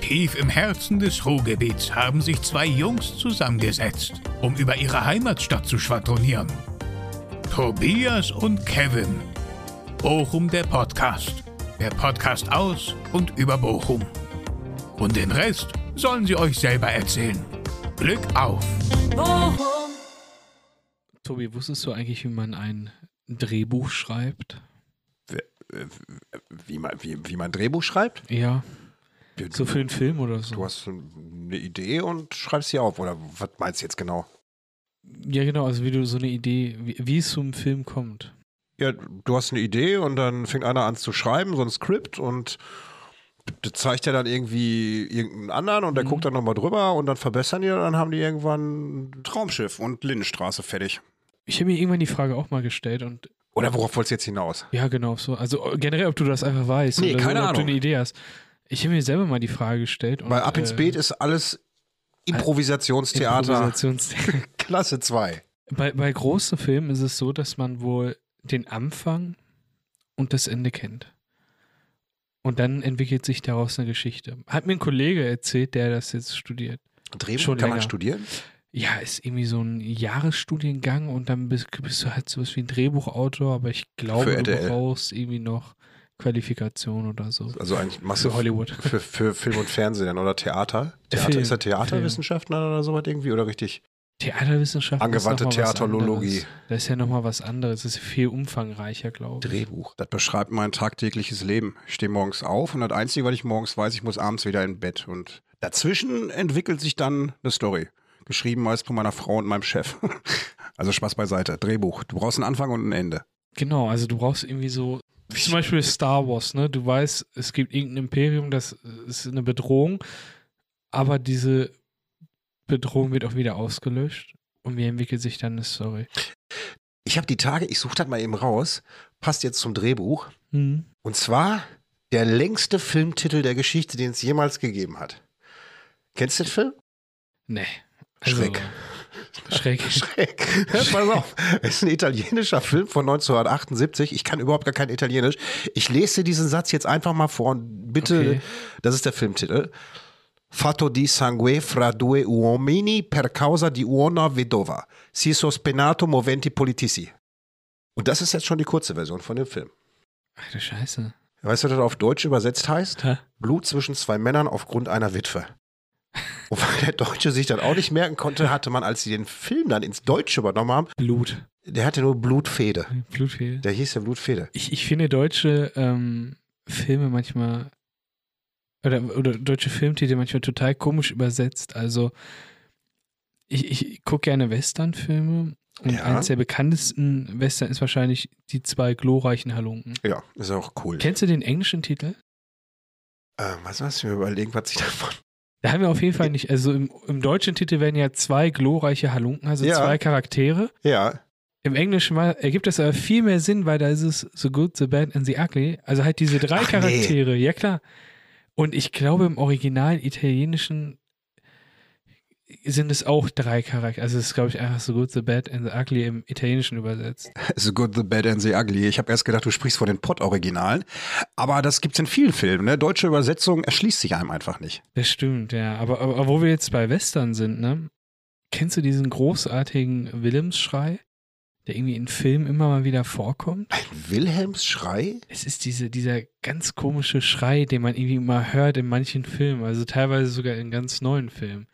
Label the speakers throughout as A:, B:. A: Tief im Herzen des Ruhrgebiets haben sich zwei Jungs zusammengesetzt, um über ihre Heimatstadt zu schwadronieren. Tobias und Kevin. Bochum der Podcast. Der Podcast aus und über Bochum. Und den Rest sollen sie euch selber erzählen. Glück auf!
B: Tobi, wusstest du eigentlich, wie man ein Drehbuch schreibt?
C: Äh, wie man, wie, wie man ein Drehbuch schreibt?
B: Ja.
C: Du,
B: So für einen Film oder so.
C: du hast eine Idee und schreibst sie auf. Oder was meinst du jetzt genau?
B: Ja, genau, also wie du so eine Idee, wie, wie es zum Film kommt.
C: Ja, du hast eine Idee und dann fängt einer an zu schreiben, so ein Skript und das zeigt er dann irgendwie irgendeinen anderen und der guckt dann nochmal drüber und dann verbessern die und dann haben die irgendwann Traumschiff und Lindenstraße fertig.
B: Ich habe mir irgendwann die Frage auch mal gestellt und
C: Oder worauf wolltest du jetzt hinaus?
B: ja, genau so. Also äh, generell, ob du das einfach weißt
C: Nee,
B: oder
C: keine
B: so, ob du
C: Ahnung.
B: eine Idee hast. Ich habe mir selber mal die Frage gestellt. Und, äh,
C: Weil ab ins Beet ist alles Improvisationstheater.
B: Improvisationstheater.
C: Klasse 2.
B: bei, bei großen Filmen ist es so, dass man wohl den Anfang und das Ende kennt. Und dann entwickelt sich daraus eine Geschichte. Hat mir ein Kollege erzählt, der das jetzt studiert.
C: Drehbuch
B: Schon
C: kann man
B: länger.
C: studieren?
B: Ja, ist irgendwie so ein Jahresstudiengang und dann bist, bist du halt sowas wie ein Drehbuchautor, aber ich
C: Für
B: glaube, du
C: RTL.
B: brauchst irgendwie noch Qualifikation oder so.
C: Also eigentlich machst du
B: Für Hollywood.
C: Für, für Film und Fernsehen oder Theater? Theater
B: Film.
C: ist er Theaterwissenschaftler oder sowas irgendwie oder richtig?
B: Theaterwissenschaft.
C: Angewandte
B: ist noch mal was
C: Theaterologie.
B: anderes. Das ist ja nochmal was anderes. Das ist viel umfangreicher, glaube ich.
C: Drehbuch. Das beschreibt mein tagtägliches Leben. Ich stehe morgens auf und das Einzige, was ich morgens weiß, ich muss abends wieder in Bett. Und dazwischen entwickelt sich dann eine Story. Geschrieben meist von meiner Frau und meinem Chef. Also Spaß beiseite. Drehbuch. Du brauchst einen Anfang und ein Ende.
B: Genau, also du brauchst irgendwie so. Zum Beispiel Star Wars, ne? Du weißt, es gibt irgendein Imperium, das ist eine Bedrohung, aber diese Bedrohung wird auch wieder ausgelöscht und wie entwickelt sich dann eine Story?
C: Ich habe die Tage, ich suche das mal eben raus, passt jetzt zum Drehbuch.
B: Hm.
C: Und zwar der längste Filmtitel der Geschichte, den es jemals gegeben hat. Kennst du den Film?
B: Nee. Also,
C: Schreck.
B: Schreck.
C: Schreck. Pass auf. Es ist ein italienischer Film von 1978. Ich kann überhaupt gar kein Italienisch. Ich lese dir diesen Satz jetzt einfach mal vor und bitte,
B: Okay.
C: das ist der Filmtitel. Fatto di sangue fra due uomini per causa di una vedova. Si sospenato moventi politici. Und das ist jetzt schon die kurze Version von dem Film.
B: Ach du Scheiße.
C: Weißt du, was das auf Deutsch übersetzt heißt?
B: Hä?
C: Blut zwischen zwei Männern aufgrund einer Witwe. Und weil der Deutsche sich dann auch nicht merken konnte, hatte man, als sie den Film dann ins Deutsche übernommen haben,
B: Blut.
C: der hatte nur Blutfede.
B: Mhm. Blutfehl.
C: Der hieß ja Blutfede.
B: Ich, ich finde deutsche ähm, Filme manchmal oder, oder deutsche Filmtitel manchmal total komisch übersetzt. Also ich, ich gucke gerne Western-Filme und
C: Ja.
B: eins der bekanntesten Western ist wahrscheinlich die zwei glorreichen Halunken.
C: Ja, ist auch cool.
B: Kennst du den englischen Titel?
C: Ähm, was hast du mir überlegen, was ich davon.
B: Da haben wir auf jeden Fall nicht, also im, im deutschen Titel werden ja zwei glorreiche Halunken, also
C: Ja.
B: zwei Charaktere.
C: Ja,
B: Im Englischen war, ergibt das aber viel mehr Sinn, weil da ist es so good, the bad and the ugly. Also halt diese drei
C: Ach, nee.
B: Charaktere, ja klar. Und ich glaube, im original italienischen sind es auch drei Charaktere. Also es ist, glaube ich, einfach so good, the bad and the ugly im Italienischen übersetzt.
C: The Good, The Bad and The Ugly. Ich habe erst gedacht, du sprichst von den Pott-Originalen. Aber das gibt's in vielen Filmen. Ne? Deutsche Übersetzung erschließt sich einem einfach nicht.
B: Das stimmt, ja. Aber, aber, aber wo wir jetzt bei Western sind, ne? Kennst du diesen großartigen Willems-Schrei, der irgendwie in Filmen immer mal wieder vorkommt?
C: Ein Wilhelms Schrei?
B: Es ist diese, dieser ganz komische Schrei, den man irgendwie mal hört in manchen Filmen, also teilweise sogar in ganz neuen Filmen.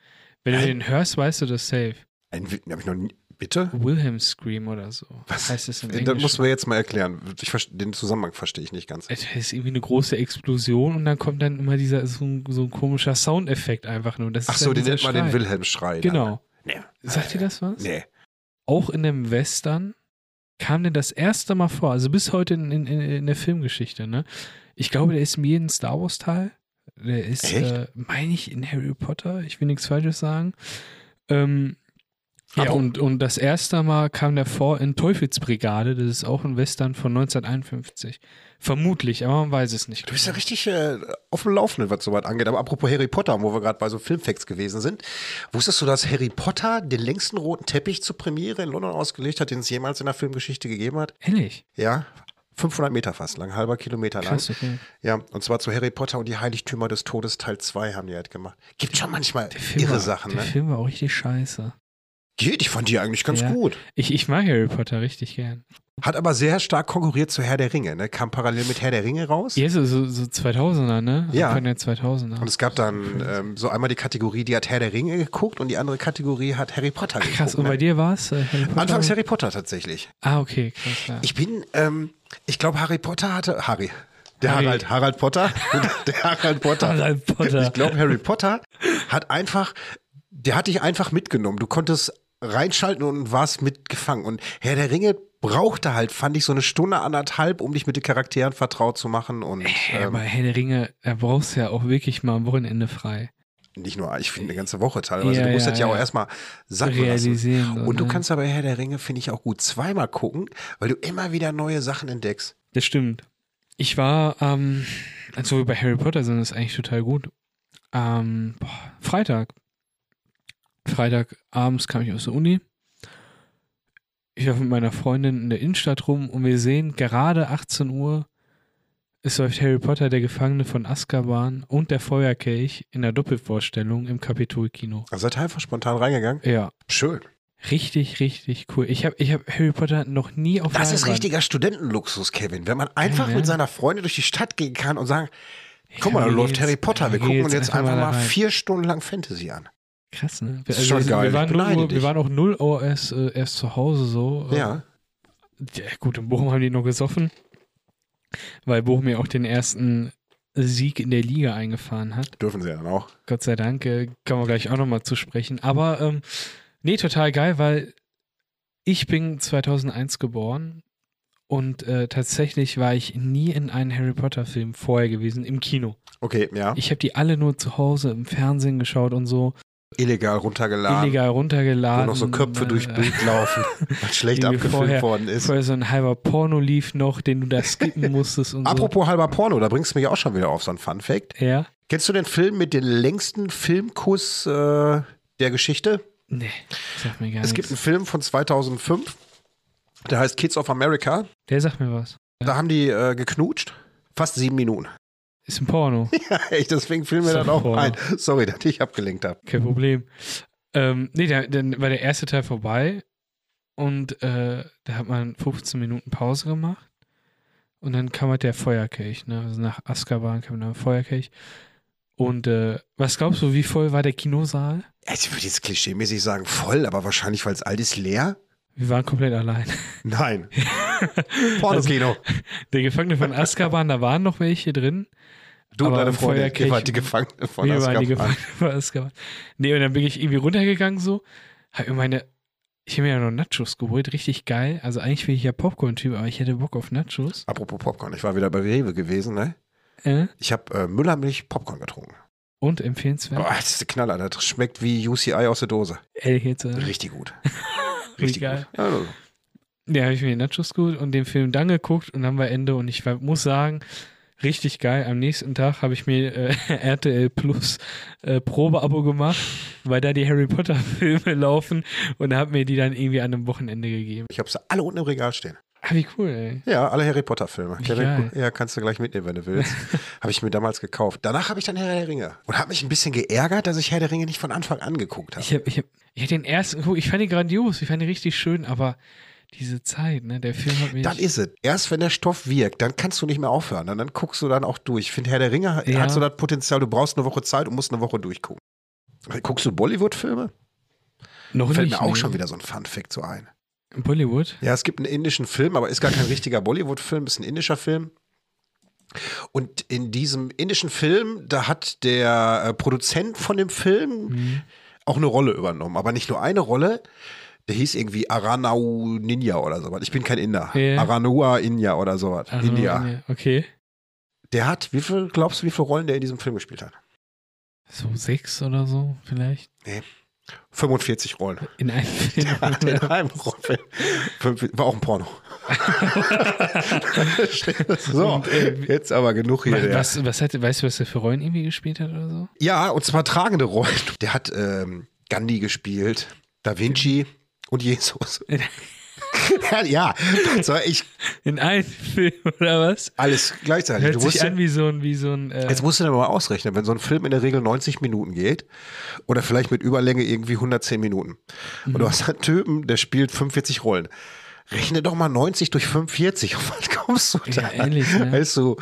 B: Wenn du
C: Nein.
B: den hörst, weißt du das safe.
C: Ein Wil- hab ich noch nie. Bitte?
B: Wilhelm Scream oder so.
C: Was? Äh,
B: heißt das im
C: Das
B: Englischen?
C: musst du mir jetzt mal erklären. Ich verste- den Zusammenhang verstehe ich nicht ganz.
B: es ist irgendwie eine große Explosion und dann kommt dann immer dieser so ein, so ein komischer Soundeffekt einfach nur. Das
C: Ach
B: ist
C: so,
B: dann
C: den
B: dieser
C: nennt man den
B: Schrei.
C: Wilhelm-Schrei. dann.
B: Genau.
C: Nee.
B: Sagt ihr das was?
C: Nee.
B: Auch in dem Western kam denn das erste Mal vor, also bis heute in, in, in in der Filmgeschichte, ne? Ich glaube, der ist in jedem Star Wars Teil. Der ist,
C: Echt?
B: äh, meine ich, in Harry Potter. Ich will nichts Falsches sagen. Ähm, ja,
C: Aber-
B: und, und das erste Mal kam der vor in Teufelsbrigade. Das ist auch ein Western von 1951. Vermutlich, aber man weiß es nicht.
C: Du bist ja richtig äh, auf dem Laufenden, was soweit angeht. Aber apropos Harry Potter, wo wir gerade bei so Filmfacts gewesen sind. Wusstest du, dass Harry Potter den längsten roten Teppich zur Premiere in London ausgelegt hat, den es jemals in der Filmgeschichte gegeben hat?
B: Ehrlich.
C: Ja. 500 Meter fast lang, halber Kilometer lang.
B: Krass, okay.
C: Ja, und zwar zu Harry Potter und die Heiligtümer des Todes Teil 2 haben die halt gemacht. Gibt schon manchmal
B: Der Film
C: irre
B: war,
C: Sachen,
B: Der
C: ne?
B: Film war auch richtig scheiße.
C: Geht, ich fand die eigentlich ganz
B: Ja.
C: gut.
B: Ich, ich mag Harry Potter richtig gern.
C: Hat aber sehr stark konkurriert zu Herr der Ringe, ne? Kam parallel mit Herr der Ringe raus.
B: Ja, so, so, so 2000er, ne?
C: Ja.
B: Anfang der 2000er.
C: Und es gab dann ähm, so einmal die Kategorie, die hat Herr der Ringe geguckt und die andere Kategorie hat Harry Potter geguckt.
B: Krass, und bei
C: ne?
B: dir war es? Äh, Harry Potter?
C: Anfangs Harry Potter tatsächlich.
B: Ah, okay, krass. Ja.
C: Ich bin, ähm, ich glaube, Harry Potter hatte. Harry. Der
B: Harry.
C: Harald, Harald Potter. der Harald Potter.
B: Harald Potter.
C: Ich glaube, Harry Potter hat einfach, der hat dich einfach mitgenommen. Du konntest reinschalten und warst mitgefangen. Und Herr der Ringe brauchte halt, fand ich, so eine Stunde, anderthalb, um dich mit den Charakteren vertraut zu machen. Und
B: Ey,
C: ähm,
B: aber Herr der Ringe, da brauchst du ja auch wirklich mal am Wochenende frei.
C: nicht nur, ich finde, eine ganze Woche teilweise.
B: Ja,
C: du musst
B: ja,
C: das ja, auch
B: ja.
C: erstmal sacken lassen.
B: Realisieren. so,
C: Und du
B: ne?
C: kannst aber Herr der Ringe, finde ich, auch gut zweimal gucken, weil du immer wieder neue Sachen entdeckst.
B: Das stimmt. Ich war, ähm, als wir bei Harry Potter sind, ist eigentlich total gut. Ähm, boah, Freitag. Freitag abends kam ich aus der Uni. Ich war mit meiner Freundin in der Innenstadt rum und wir sehen gerade 18 Uhr, es läuft Harry Potter, der Gefangene von Azkaban und der Feuerkelch in der Doppelvorstellung im Kapitolkino.
C: Also seid ihr einfach spontan reingegangen.
B: Ja,
C: Schön.
B: richtig, richtig cool. Ich habe ich hab Harry Potter noch nie auf
C: Das ist
B: Leinwand-
C: richtiger Studentenluxus, Kevin. Wenn man einfach
B: ne?
C: mit seiner Freundin durch die Stadt gehen kann und sagen,
B: Ich
C: guck mal,
B: glaub,
C: da
B: wir
C: läuft
B: gehen
C: Harry
B: jetzt-
C: Potter. Wir
B: gehen
C: gucken
B: jetzt
C: uns jetzt einfach
B: da
C: mal
B: rein.
C: vier Stunden lang Fantasy an.
B: Krass, ne?
C: ist schon
B: wir,
C: geil.
B: Wir waren,
C: Ich beneide
B: 0 Uhr, wir
C: dich.
B: waren auch 0 Uhr erst, äh, erst zu Hause so. Äh,
C: Ja.
B: ja, gut, in Bochum haben die noch gesoffen, weil Bochum ja auch den ersten Sieg in der Liga eingefahren hat.
C: Dürfen sie ja dann auch.
B: Gott sei Dank, äh, kommen wir gleich auch nochmal zu sprechen. Aber ähm, nee, total geil, weil ich bin 2001 geboren und äh, tatsächlich war ich nie in einem Harry Potter Film vorher gewesen, im Kino.
C: Okay, ja.
B: Ich habe die alle nur zu Hause im Fernsehen geschaut und so.
C: Illegal runtergeladen.
B: illegal runtergeladen.
C: Wo noch so Köpfe
B: äh,
C: durchs Bild laufen, was schlecht
B: irgendwie
C: abgefilmt
B: vorher-
C: worden ist.
B: Vorher so ein halber Porno lief noch, den du da skippen musstest und
C: Apropos halber Porno, da bringst du mich auch schon wieder auf so einen Fun-Fact.
B: so. Ja?
C: Kennst du den Film mit dem längsten Filmkuss äh, der Geschichte?
B: Nee, sag mir gar
C: Es gibt
B: nichts.
C: einen Film von 2005, der heißt Kids of America.
B: Der sagt mir was.
C: Da haben die äh, geknutscht. Fast sieben Minuten.
B: Ist ein Porno,
C: Echt, deswegen fiel mir
B: Ist
C: das
B: doch
C: auch
B: voll.
C: ein. Sorry, dass ich abgelenkt habe.
B: kein Problem. Ähm, nee, da- dann war der erste Teil vorbei und äh, da hat man 15 Minuten Pause gemacht und dann kam halt der Feuerkelch, ne? Also nach Azkaban kam dann Feuerkelch. Und äh, was glaubst du, wie voll war der Kinosaal?
C: Ich würde jetzt klischeemäßig sagen voll, aber wahrscheinlich, weil es alt ist, leer.
B: Wir waren komplett allein.
C: Nein. Pornokino.
B: Also, Der Gefangene von Azkaban, da waren noch welche drin.
C: Du und
B: aber
C: deine
B: im
C: Freundin,
B: Feuerkelch-
C: ihr wart die Gefangene von
B: wir waren die
C: Azkaban.
B: Gefangene von Azkaban. Nee, und dann bin ich irgendwie runtergegangen so, hab mir meine, ich habe mir ja noch Nachos geholt, richtig geil. Also eigentlich bin ich ja Popcorn-Typ, aber ich hätte Bock auf Nachos.
C: Apropos Popcorn, ich war wieder bei Rewe gewesen, ne?
B: Äh,
C: Ich habe äh, Müllermilch Popcorn getrunken.
B: und empfehlenswert.
C: Boah, das ist der Knaller. Das schmeckt wie UCI aus der Dose.
B: Ehrlich jetzt, äh,
C: Richtig gut.
B: richtig geil.
C: gut. Also,
B: Ja, habe ich mir die Nachos geholt und den Film dann geguckt und dann war Ende und ich war, muss sagen, richtig geil. Am nächsten Tag habe ich mir äh, RTL Plus äh, Probeabo gemacht, weil da die Harry Potter Filme laufen und habe mir die dann irgendwie an einem Wochenende gegeben.
C: ich habe sie alle unten im Regal stehen.
B: Ah, wie cool, ey.
C: Ja, alle Harry Potter Filme.
B: Wie
C: Kevin,
B: geil.
C: gu- ja, kannst du gleich mitnehmen, wenn du willst. habe ich mir damals gekauft. Danach habe ich dann Herr der Ringe. Und habe mich ein bisschen geärgert, dass ich Herr der Ringe nicht von Anfang an geguckt habe.
B: Ich hab, ich hab, ich hab den ersten geguckt, ich fand ihn grandios, ich fand ihn richtig schön, aber diese Zeit, ne, der Film hat mich.
C: Dann ist es. Erst wenn der Stoff wirkt, dann kannst du nicht mehr aufhören. Und dann guckst du dann auch durch. Ich finde, Herr der Ringe hat-
B: Ja.
C: hat so das Potenzial, du brauchst eine Woche Zeit und musst eine Woche durchgucken. Guckst du Bollywood-Filme?
B: noch
C: Fällt
B: nicht,
C: mir auch
B: ne.
C: schon wieder so ein Fun-Fact so ein.
B: Bollywood?
C: Ja, es gibt einen indischen Film, aber ist gar kein richtiger Bollywood-Film, ist ein indischer Film. Und in diesem indischen Film, da hat der äh, Produzent von dem Film
B: Mhm.
C: auch eine Rolle übernommen, aber nicht nur eine Rolle. Der hieß irgendwie Aranau Ninja oder sowas. Ich bin kein Inder.
B: Ja.
C: Aranua Inja oder sowas.
B: Also,
C: India.
B: India. Okay.
C: Der hat, wie viel, glaubst du, wie viele Rollen der in diesem Film gespielt hat?
B: So sechs oder so, vielleicht.
C: 45 Rollen.
B: In einem Film.
C: Hat er in einem Rollenfilm. Fünf- War auch ein Porno. so,
B: Und, äh,
C: jetzt aber genug hier. der-
B: was, was hat, weißt du, was er für Rollen irgendwie gespielt hat oder so?
C: Ja, und zwar tragende Rollen. Der hat ähm, Gandhi gespielt, Da Vinci und Jesus. ja, so, ich,
B: In einem Film oder was?
C: alles gleichzeitig.
B: Hört
C: Also, Du
B: sich
C: musst,
B: an wie so ein, wie so ein äh,
C: jetzt musst du dir mal ausrechnen, wenn so ein Film in der Regel 90 Minuten geht oder vielleicht mit Überlänge irgendwie 110 Minuten und du
B: Mhm.
C: hast einen Typen, der spielt 45 Rollen. Rechne doch mal 90 durch 45. Auf was kommst du
B: Ja,
C: da?
B: ähnlich, ne?
C: Weißt du,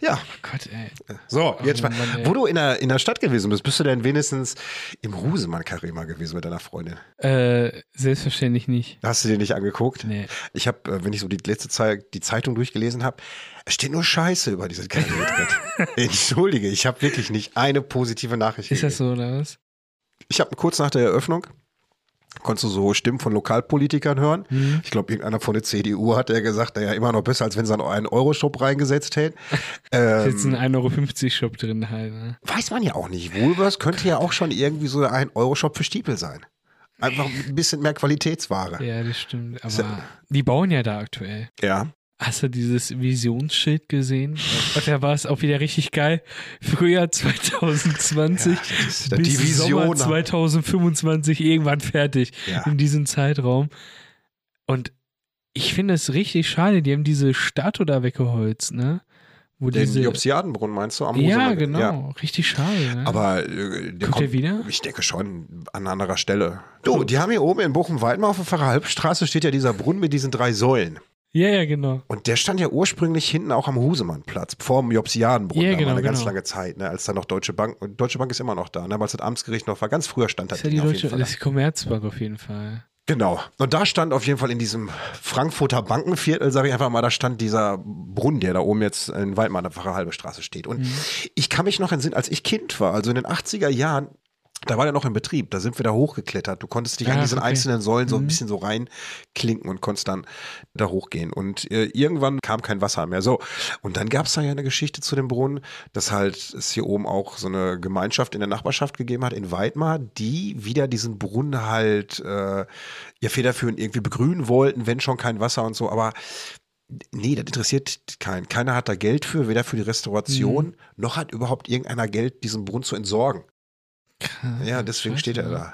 C: ja,
B: oh Gott, ey.
C: So, jetzt mal.
B: Mann, ey.
C: wo du in der, in der Stadt gewesen bist, bist du denn wenigstens im Husemann Karema gewesen mit deiner Freundin?
B: Äh, selbstverständlich nicht.
C: Hast du dir nicht angeguckt?
B: Nee.
C: Ich habe, wenn ich so die letzte Zeit die Zeitung durchgelesen habe, es steht nur Scheiße über dieses Karema drin. Entschuldige, ich habe wirklich nicht eine positive Nachricht.
B: Ist das so oder was?
C: Ich habe kurz nach der Eröffnung konntest du so Stimmen von Lokalpolitikern hören. Ich glaube, irgendeiner von der CDU hat ja gesagt, naja, immer noch besser, als wenn sie einen Euro-Shop reingesetzt hätten. Ähm,
B: Jetzt ein 1,50 Euro Shop drin halt. Ne?
C: Weiß man ja auch nicht. Woolworths könnte ja auch schon irgendwie so ein Euro-Shop für Stiepel sein. Einfach ein bisschen mehr Qualitätsware.
B: Ja, das stimmt.
C: Ist
B: Aber
C: ja-
B: die bauen ja da aktuell.
C: Ja.
B: Hast du dieses Visionsschild gesehen? Und da war es auch wieder richtig geil. Frühjahr 2020
C: das ist-
B: bis
C: die Vision.
B: Sommer 2025 irgendwann fertig.
C: Ja.
B: In diesem Zeitraum. Und ich finde es richtig schade. Die haben diese Statue da weggeholzt, ne? Wo
C: Den
B: diese,
C: Jobsiadenbrunnen meinst du? Am
B: ja,
C: Husemann-
B: genau. Richtig schade. Ne?
C: Aber äh, der
B: Kommt der wieder?
C: Ich denke schon an anderer Stelle. Du, die haben hier oben in Bochum-Weidmar auf der Pfarrerhalbstraße steht ja dieser Brunnen mit diesen drei Säulen.
B: ja, ja, genau.
C: Und der stand ja ursprünglich hinten auch am Husemannplatz, vor dem Jobsiadenbrunnen.
B: Ja,
C: da
B: genau,
C: war eine ganz
B: genau.
C: lange Zeit, ne, als da noch Deutsche Bank, und Deutsche Bank ist immer noch da, ne, weil es das Amtsgericht noch war. Ganz früher stand das
B: Das ist ja die
C: Ding auf
B: deutsche,
C: jeden Fall.
B: das ist die Commerzbank auf jeden Fall.
C: Genau. Und da stand auf jeden Fall in diesem Frankfurter Bankenviertel, sage ich einfach mal, da stand dieser Brunnen, der da oben jetzt in Waldmann, der Pfarrer halbe Straße steht.
B: Mhm.
C: Und ich kann mich noch entsinnen, als ich Kind war, also in den 80er Jahren, da war der noch in Betrieb, da sind wir da hochgeklettert. Du konntest dich an
B: Ah,
C: diesen
B: okay.
C: einzelnen Säulen so ein bisschen so reinklinken und konntest dann da hochgehen. Und äh, irgendwann kam kein Wasser mehr. So. Und dann gab es da ja eine Geschichte zu dem Brunnen, dass halt es hier oben auch so eine Gemeinschaft in der Nachbarschaft gegeben hat, in Weidmar, die wieder diesen Brunnen halt äh, ja federführend irgendwie begrünen wollten, wenn schon kein Wasser und so. Aber Nee, das interessiert keinen. Keiner hat da Geld für, weder für die Restauration, noch hat überhaupt irgendeiner Geld, diesen Brunnen zu entsorgen.
B: Krass,
C: Ja, deswegen
B: scheiße,
C: steht er
B: ne?
C: da.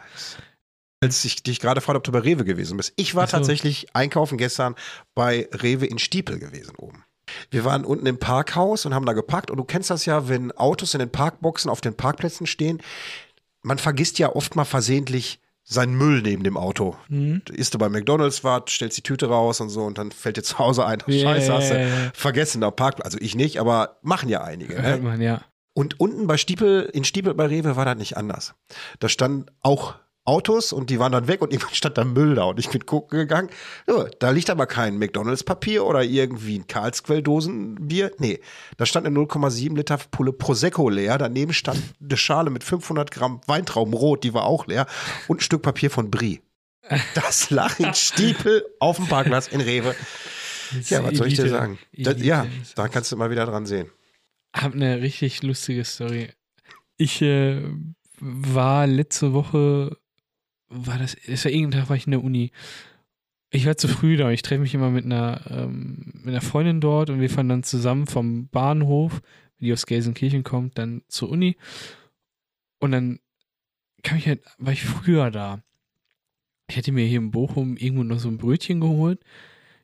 C: Als ich dich gerade fragte, ob du bei Rewe gewesen bist. Ich war
B: Ach so.
C: tatsächlich einkaufen gestern bei Rewe in Stiepel gewesen oben. Wir waren unten im Parkhaus und haben da geparkt. Und du kennst das ja, wenn Autos in den Parkboxen auf den Parkplätzen stehen. Man vergisst ja oft mal versehentlich seinen Müll neben dem Auto.
B: Mhm.
C: Isst du bei McDonalds, wart, stellst die Tüte raus und so und dann fällt dir zu Hause ein,
B: Ja,
C: scheiße, hast
B: ja, ja,
C: du
B: ja.
C: vergessen am Parkplatz. Also ich nicht, aber machen ja einige. Ne?
B: Hört man, ja.
C: Und unten bei Stiepel, in Stiepel bei Rewe war das nicht anders. Da standen auch Autos und die waren dann weg und irgendwann stand da Müll da und ich bin gucken gegangen. Ja, da liegt aber kein McDonalds-Papier oder irgendwie ein Karlsquelldosenbier. Nee, da stand eine 0,7 Liter Pulle Prosecco leer. Daneben stand eine Schale mit 500 Gramm Weintraubenrot, die war auch leer und ein Stück Papier von Brie. Das lag in Stiepel auf dem Parkplatz in Rewe. Ja, was soll ich dir
B: Elite.
C: sagen? Das,
B: Elite.
C: ja, da kannst du mal wieder dran sehen.
B: Hab eine richtig lustige Story. Ich äh, war letzte Woche, war das, es war irgendein Tag, war ich in der Uni. Ich war zu früh da. Ich treffe mich immer mit einer, ähm, mit einer Freundin dort und wir fahren dann zusammen vom Bahnhof, die aus Gelsenkirchen kommt, dann zur Uni. Und dann kam ich halt, war ich früher da. Ich hatte mir hier in Bochum irgendwo noch so ein Brötchen geholt.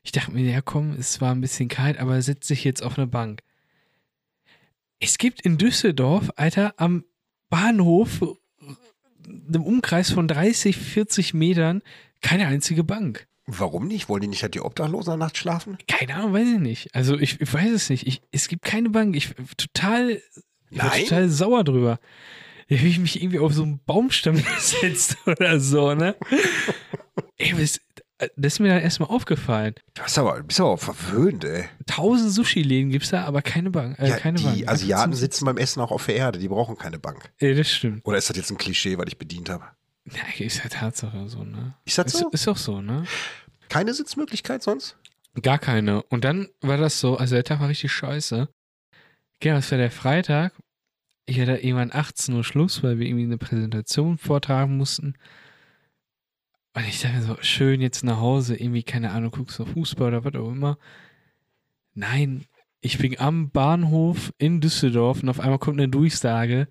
B: Ich dachte mir, ja komm, es war ein bisschen kalt, aber setze ich jetzt auf eine Bank. Es gibt in Düsseldorf, Alter, am Bahnhof, einem Umkreis von 30, 40 Metern, keine einzige Bank.
C: Warum nicht? Wollen die nicht halt die Obdachlosen nachts schlafen?
B: Keine Ahnung, weiß ich nicht. Also ich, ich weiß es nicht. Ich, es gibt keine Bank. Ich total, ich war
C: Nein?
B: total sauer drüber. Da habe ich mich irgendwie auf so einen Baumstamm gesetzt oder so, ne? Ey, das, das ist mir dann erstmal aufgefallen.
C: Du hast aber, bist aber auch verwöhnt, ey.
B: Tausend Sushi-Läden gibt es da, aber keine Bank. Äh,
C: ja,
B: keine
C: die
B: Bank. Einfach
C: Asiaten
B: zum-
C: sitzen beim Essen auch auf der Erde, die brauchen keine Bank.
B: Ja, das stimmt.
C: Oder ist das jetzt ein Klischee, was ich bedient habe?
B: Ja, ist ja Tatsache so, ne?
C: Ich sag's
B: Ist,
C: so,
B: ist doch so, ne?
C: keine Sitzmöglichkeit sonst?
B: Gar keine. Und dann war das so, also der Tag war richtig scheiße. Genau, das war der Freitag. Ich hatte irgendwann 18 Uhr Schluss, weil wir irgendwie eine Präsentation vortragen mussten. Und ich dachte mir so, schön jetzt nach Hause, irgendwie, keine Ahnung, guckst du Fußball oder was auch immer. Nein, Ich bin am Bahnhof in Düsseldorf und auf einmal kommt eine Durchsage.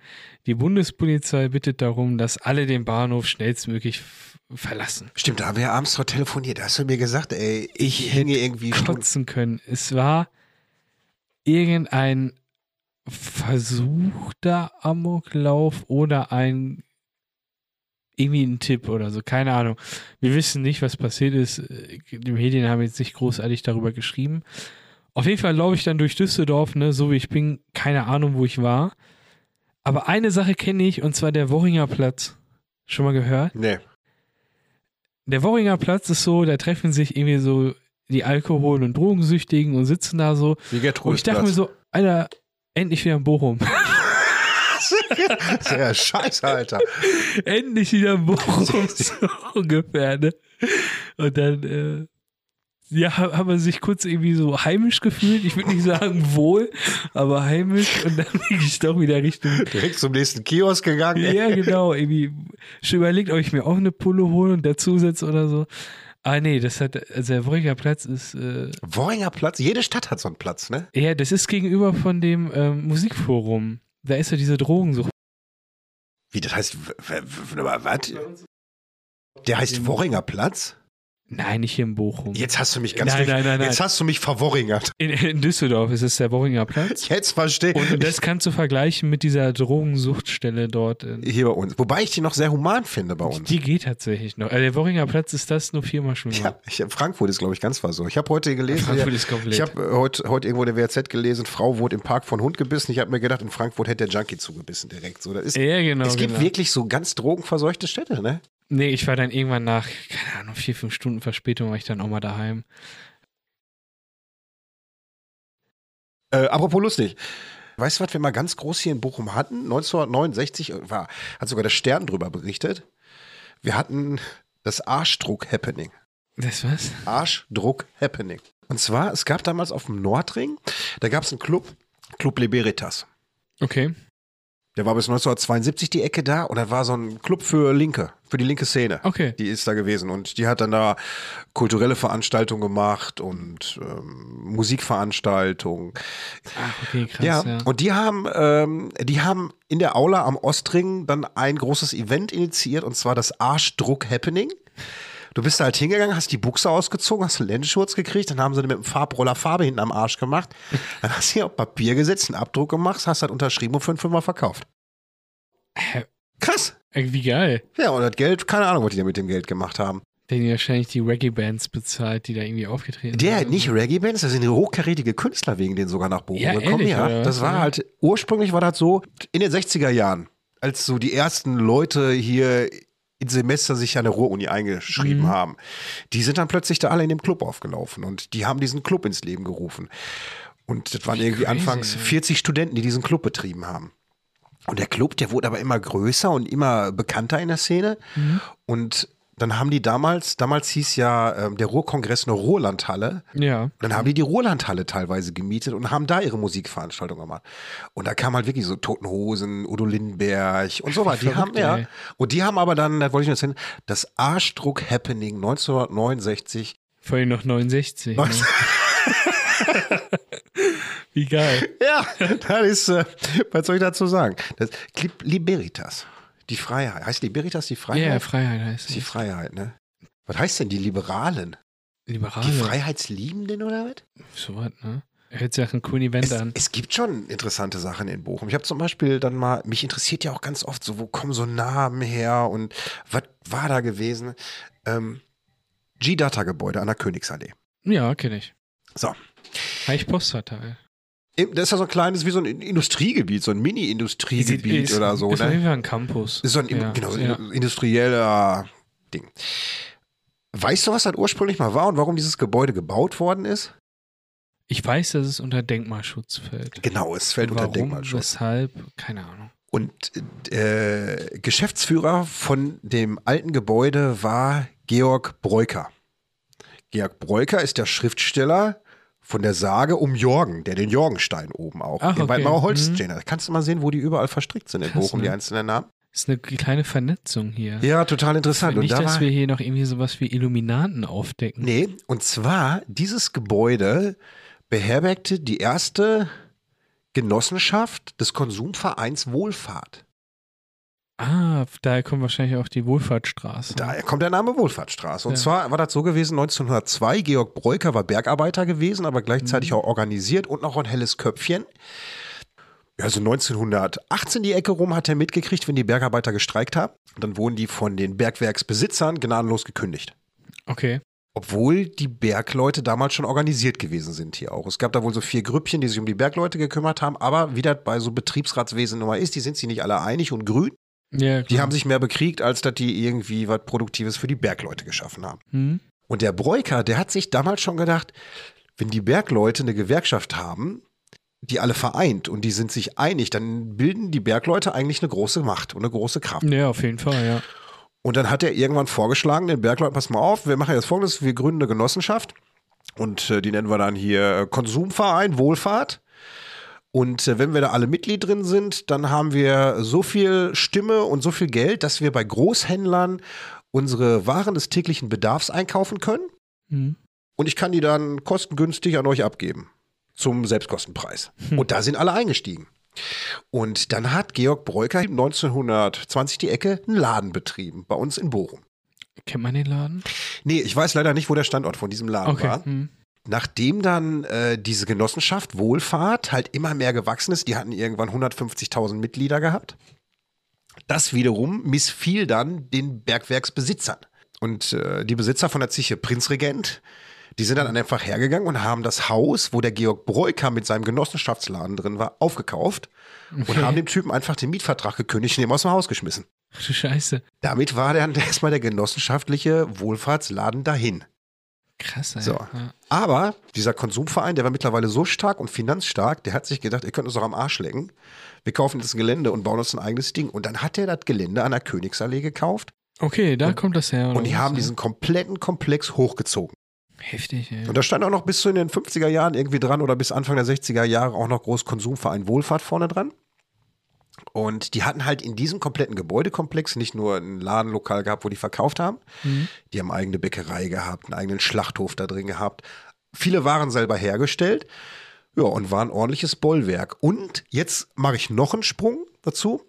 B: Die Bundespolizei bittet darum, dass alle den Bahnhof schnellstmöglich f- verlassen.
C: Stimmt, da haben wir ja abends noch telefoniert. Da hast du mir gesagt, ey, ich,
B: Ich
C: hänge
B: hätte
C: irgendwie Stunden.
B: Kotzen können. Es war irgendein versuchter Amoklauf oder ein irgendwie ein Tipp oder so. Keine Ahnung. Wir wissen nicht, was passiert ist. Die Medien haben jetzt nicht großartig darüber geschrieben. Auf jeden Fall laufe ich dann durch Düsseldorf, ne, so wie ich bin, keine Ahnung, wo ich war. Aber eine Sache kenne ich, und zwar der Worringer Platz. Schon mal gehört?
C: Nee.
B: der Worringer Platz ist so, da treffen sich irgendwie so die Alkohol- und Drogensüchtigen und sitzen da so.
C: Wie
B: Und
C: Gertrud.
B: ich dachte mir so, Alter, endlich wieder in Bochum.
C: ja, scheiße, Alter.
B: endlich wieder in Bochum, so ungefähr, ne? Und dann, äh, ja, ha- haben wir sich kurz irgendwie so heimisch gefühlt. Ich würde nicht sagen wohl, aber heimisch. Und dann bin ich doch wieder Richtung
C: Direkt zum nächsten Kiosk gegangen. ey.
B: Ja, genau. Irgendwie schon überlegt, ob ich mir auch eine Pulle hole und dazusetze oder so. Ah, nee, das hat, also der Brücker Platz ist, äh,
C: Worringer Platz. Jede Stadt hat so einen Platz, ne?
B: ja, das ist gegenüber von dem ähm, Musikforum. Da ist ja diese Drogensucht.
C: Wie, das heißt, w- w- w- was? Der heißt Worringer Platz?
B: Nein, nicht hier in Bochum.
C: Jetzt hast du mich ganz
B: Nein,
C: durch-
B: nein, nein, nein.
C: Jetzt hast du mich verworringert.
B: In, in Düsseldorf ist es der Worringer Platz.
C: Jetzt verstehe
B: Und das kannst du vergleichen mit dieser Drogensuchtstelle dort. In,
C: hier bei uns. Wobei ich die noch sehr human finde bei uns.
B: die geht tatsächlich noch. Also der Worringer Platz ist das nur viermal schon.
C: Ja, ich, Frankfurt ist, glaube ich, ganz war so. Ich habe heute gelesen,
B: Frankfurt ist komplett.
C: ich habe äh, heute heute irgendwo in der WZ gelesen, Frau wurde im Park von Hund gebissen. Ich habe mir gedacht, in Frankfurt hätte der Junkie zugebissen direkt. So, das ist,
B: ja, genau.
C: es gibt
B: genau.
C: wirklich so ganz drogenverseuchte Städte, ne?
B: Nee, ich war dann irgendwann nach, keine Ahnung, vier, fünf Stunden Verspätung war ich dann auch mal daheim.
C: Äh, apropos lustig. Weißt du, was wir mal ganz groß hier in Bochum hatten? 1969 war, hat sogar der Stern drüber berichtet. Wir hatten das Arschdruck-Happening.
B: Das was?
C: Arschdruck Happening. Und zwar, es gab damals auf dem Nordring, da gab es einen Club, Club Liberitas.
B: Okay.
C: Der war bis 1972 die Ecke da und da war so ein Club für Linke, für die linke Szene.
B: Okay.
C: Die ist da gewesen und die hat dann da kulturelle Veranstaltungen gemacht und ähm, Musikveranstaltungen.
B: Ach, okay, krass.
C: Ja,
B: Ja.
C: und die haben, ähm, die haben in der Aula am Ostring dann ein großes Event initiiert und zwar das Arschdruck Happening. Du bist da halt hingegangen, hast die Buchse ausgezogen, hast einen Lendenschurz gekriegt, dann haben sie dir mit dem Farbroller Farbe hinten am Arsch gemacht. Dann hast du hier auf Papier gesetzt, einen Abdruck gemacht, hast das unterschrieben und für einen Fünfer verkauft.
B: Hä?
C: Krass.
B: Äh, Wie geil.
C: Ja, und das Geld, keine Ahnung, was die da mit dem Geld gemacht haben.
B: Den die wahrscheinlich die Reggae-Bands bezahlt, die da irgendwie aufgetreten
C: Der
B: sind.
C: nicht Reggae-Bands, das sind hochkarätige Künstler wegen denen sogar nach Bochum
B: Ja,
C: gekommen.
B: ehrlich,
C: ja,
B: oder was?
C: das war
B: Ja.
C: halt, ursprünglich war das so in den 60er Jahren, als so die ersten Leute hier in Semester sich an der Ruhr-Uni eingeschrieben
B: Mhm.
C: haben. Die sind dann plötzlich da alle in dem Club aufgelaufen und die haben diesen Club ins Leben gerufen. Und das waren irgendwie
B: crazy,
C: anfangs
B: ey.
C: 40 Studenten, die diesen Club betrieben haben. Und der Club, der wurde aber immer größer und immer bekannter in der Szene.
B: Mhm.
C: Und dann haben die damals, damals hieß ja ähm, der Ruhrkongress eine Ruhrlandhalle.
B: Ja.
C: Und dann haben die die Rolandhalle teilweise gemietet und haben da ihre Musikveranstaltung gemacht. Und da kam halt wirklich so Toten Hosen, Udo Lindenberg und so weiter. Die haben
B: verrückt,
C: ja.
B: ey.
C: Und die haben aber dann, da wollte ich nur erzählen, das Arschdruck Happening 1969.
B: Vor allem noch 69. Ne? Wie geil.
C: Ja, das ist, äh, was soll ich dazu sagen? Das, Lib- Liberitas, die Freiheit. Heißt Liberitas die
B: Ja,
C: Freiheit?
B: Freiheit heißt
C: Das ist die
B: es.
C: Freiheit, ne? Was heißt denn die Liberalen?
B: Liberale.
C: Die Freiheitsliebenden oder was?
B: So was, ne? Hört sich nach einem coolen Event
C: Es,
B: an.
C: es gibt schon interessante Sachen in Bochum. Ich habe zum Beispiel dann mal, mich interessiert ja auch ganz oft so, wo kommen so Namen her und was war da gewesen? Ähm, G-Data-Gebäude an der Königsallee.
B: Ja, kenne ich.
C: So.
B: Reich Postverteil.
C: Im- Das ist ja so ein kleines, wie so ein In- Industriegebiet, so ein Mini-Industriegebiet oder so.
B: Ist auf
C: Ne?
B: jeden Fall ein Campus.
C: Ist so ein
B: ja.
C: genau, so
B: ja.
C: ein industrieller Ding. Weißt du, was das ursprünglich mal war und warum dieses Gebäude gebaut worden ist?
B: Ich weiß, dass es unter Denkmalschutz fällt.
C: Genau, es fällt
B: Warum,
C: unter Denkmalschutz.
B: Weshalb? Keine Ahnung.
C: Und äh, Geschäftsführer von dem alten Gebäude war Georg Breuker. Georg Breuker ist der Schriftsteller von der Sage um Jorgen, der den Jorgenstein oben auch
B: Ach,
C: in
B: okay.
C: Weidmar Holz
B: Mhm.
C: stehen hat. Kannst du mal sehen, wo die überall verstrickt sind in
B: Krass,
C: Bochum,
B: ne?
C: die einzelnen Namen?
B: Ist eine kleine Vernetzung hier.
C: Ja, total interessant. Und
B: Nicht,
C: da
B: dass
C: war,
B: wir hier noch irgendwie sowas wie Illuminaten aufdecken.
C: nee, und zwar dieses Gebäude beherbergte die erste Genossenschaft des Konsumvereins Wohlfahrt.
B: Ah, daher kommt wahrscheinlich auch die Wohlfahrtsstraße.
C: Daher kommt der Name Wohlfahrtstraße. Und
B: Ja.
C: zwar war das so gewesen, 1902, Georg Breuker war Bergarbeiter gewesen, aber gleichzeitig auch organisiert und noch ein helles Köpfchen. Ja, so 1918 die Ecke rum hat er mitgekriegt, wenn die Bergarbeiter gestreikt haben. Dann wurden die von den Bergwerksbesitzern gnadenlos gekündigt.
B: Okay.
C: Obwohl die Bergleute damals schon organisiert gewesen sind hier auch. Es gab da wohl so vier Grüppchen, die sich um die Bergleute gekümmert haben, aber wie das bei so Betriebsratswesen nun mal ist, die sind sich nicht alle einig und grün.
B: Ja,
C: Die
B: klar.
C: haben sich mehr bekriegt, als dass die irgendwie was Produktives für die Bergleute geschaffen haben.
B: Hm?
C: Und der Breuker, der hat sich damals schon gedacht, wenn die Bergleute eine Gewerkschaft haben, die alle vereint und die sind sich einig, dann bilden die Bergleute eigentlich eine große Macht und eine große Kraft.
B: Ja, auf jeden Fall, ja.
C: Und dann hat er irgendwann vorgeschlagen, den Bergleuten, pass mal auf, wir machen jetzt folgendes, wir gründen eine Genossenschaft und äh, die nennen wir dann hier äh, Konsumverein Wohlfahrt. Und äh, wenn wir da alle Mitglied drin sind, dann haben wir so viel Stimme und so viel Geld, dass wir bei Großhändlern unsere Waren des täglichen Bedarfs einkaufen können.
B: Hm.
C: Und ich kann die dann kostengünstig an euch abgeben. Zum Selbstkostenpreis. Und da sind alle eingestiegen. Und dann hat Georg Breuker 1920 die Ecke einen Laden betrieben, bei uns in Bochum.
B: Kennt man den Laden?
C: Nee, ich weiß leider nicht, wo der Standort von diesem Laden
B: Okay.
C: war.
B: Hm.
C: Nachdem dann äh, diese Genossenschaft Wohlfahrt halt immer mehr gewachsen ist, die hatten irgendwann 150.000 Mitglieder gehabt. Das wiederum missfiel dann den Bergwerksbesitzern. Und äh, die Besitzer von der Ziche Prinzregent, die sind dann einfach hergegangen und haben das Haus, wo der Georg Breuker mit seinem Genossenschaftsladen drin war, aufgekauft und haben dem Typen einfach den Mietvertrag gekündigt und ihn aus dem Haus geschmissen.
B: Ach du Scheiße.
C: Damit war dann erstmal der genossenschaftliche Wohlfahrtsladen dahin.
B: Krass, ey.
C: So.
B: Ja.
C: Aber dieser Konsumverein, der war mittlerweile so stark und finanzstark, der hat sich gedacht, ihr könnt uns doch am Arsch lecken. Wir kaufen das Gelände und bauen uns ein eigenes Ding. Und dann hat er das Gelände an der Königsallee gekauft
B: Okay, da kommt das her. oder
C: und die
B: was,
C: haben
B: ja?
C: diesen kompletten Komplex hochgezogen.
B: Heftig, ey.
C: Und da stand auch noch bis zu in den 50er Jahren irgendwie dran oder bis Anfang der 60er Jahre auch noch groß Konsumverein Wohlfahrt vorne dran. Und die hatten halt in diesem kompletten Gebäudekomplex nicht nur ein Ladenlokal gehabt, wo die verkauft haben. Die haben eigene Bäckerei gehabt, einen eigenen Schlachthof da drin gehabt. Viele waren selber hergestellt. Ja, und war ein ordentliches Bollwerk. Und jetzt mache ich noch einen Sprung dazu.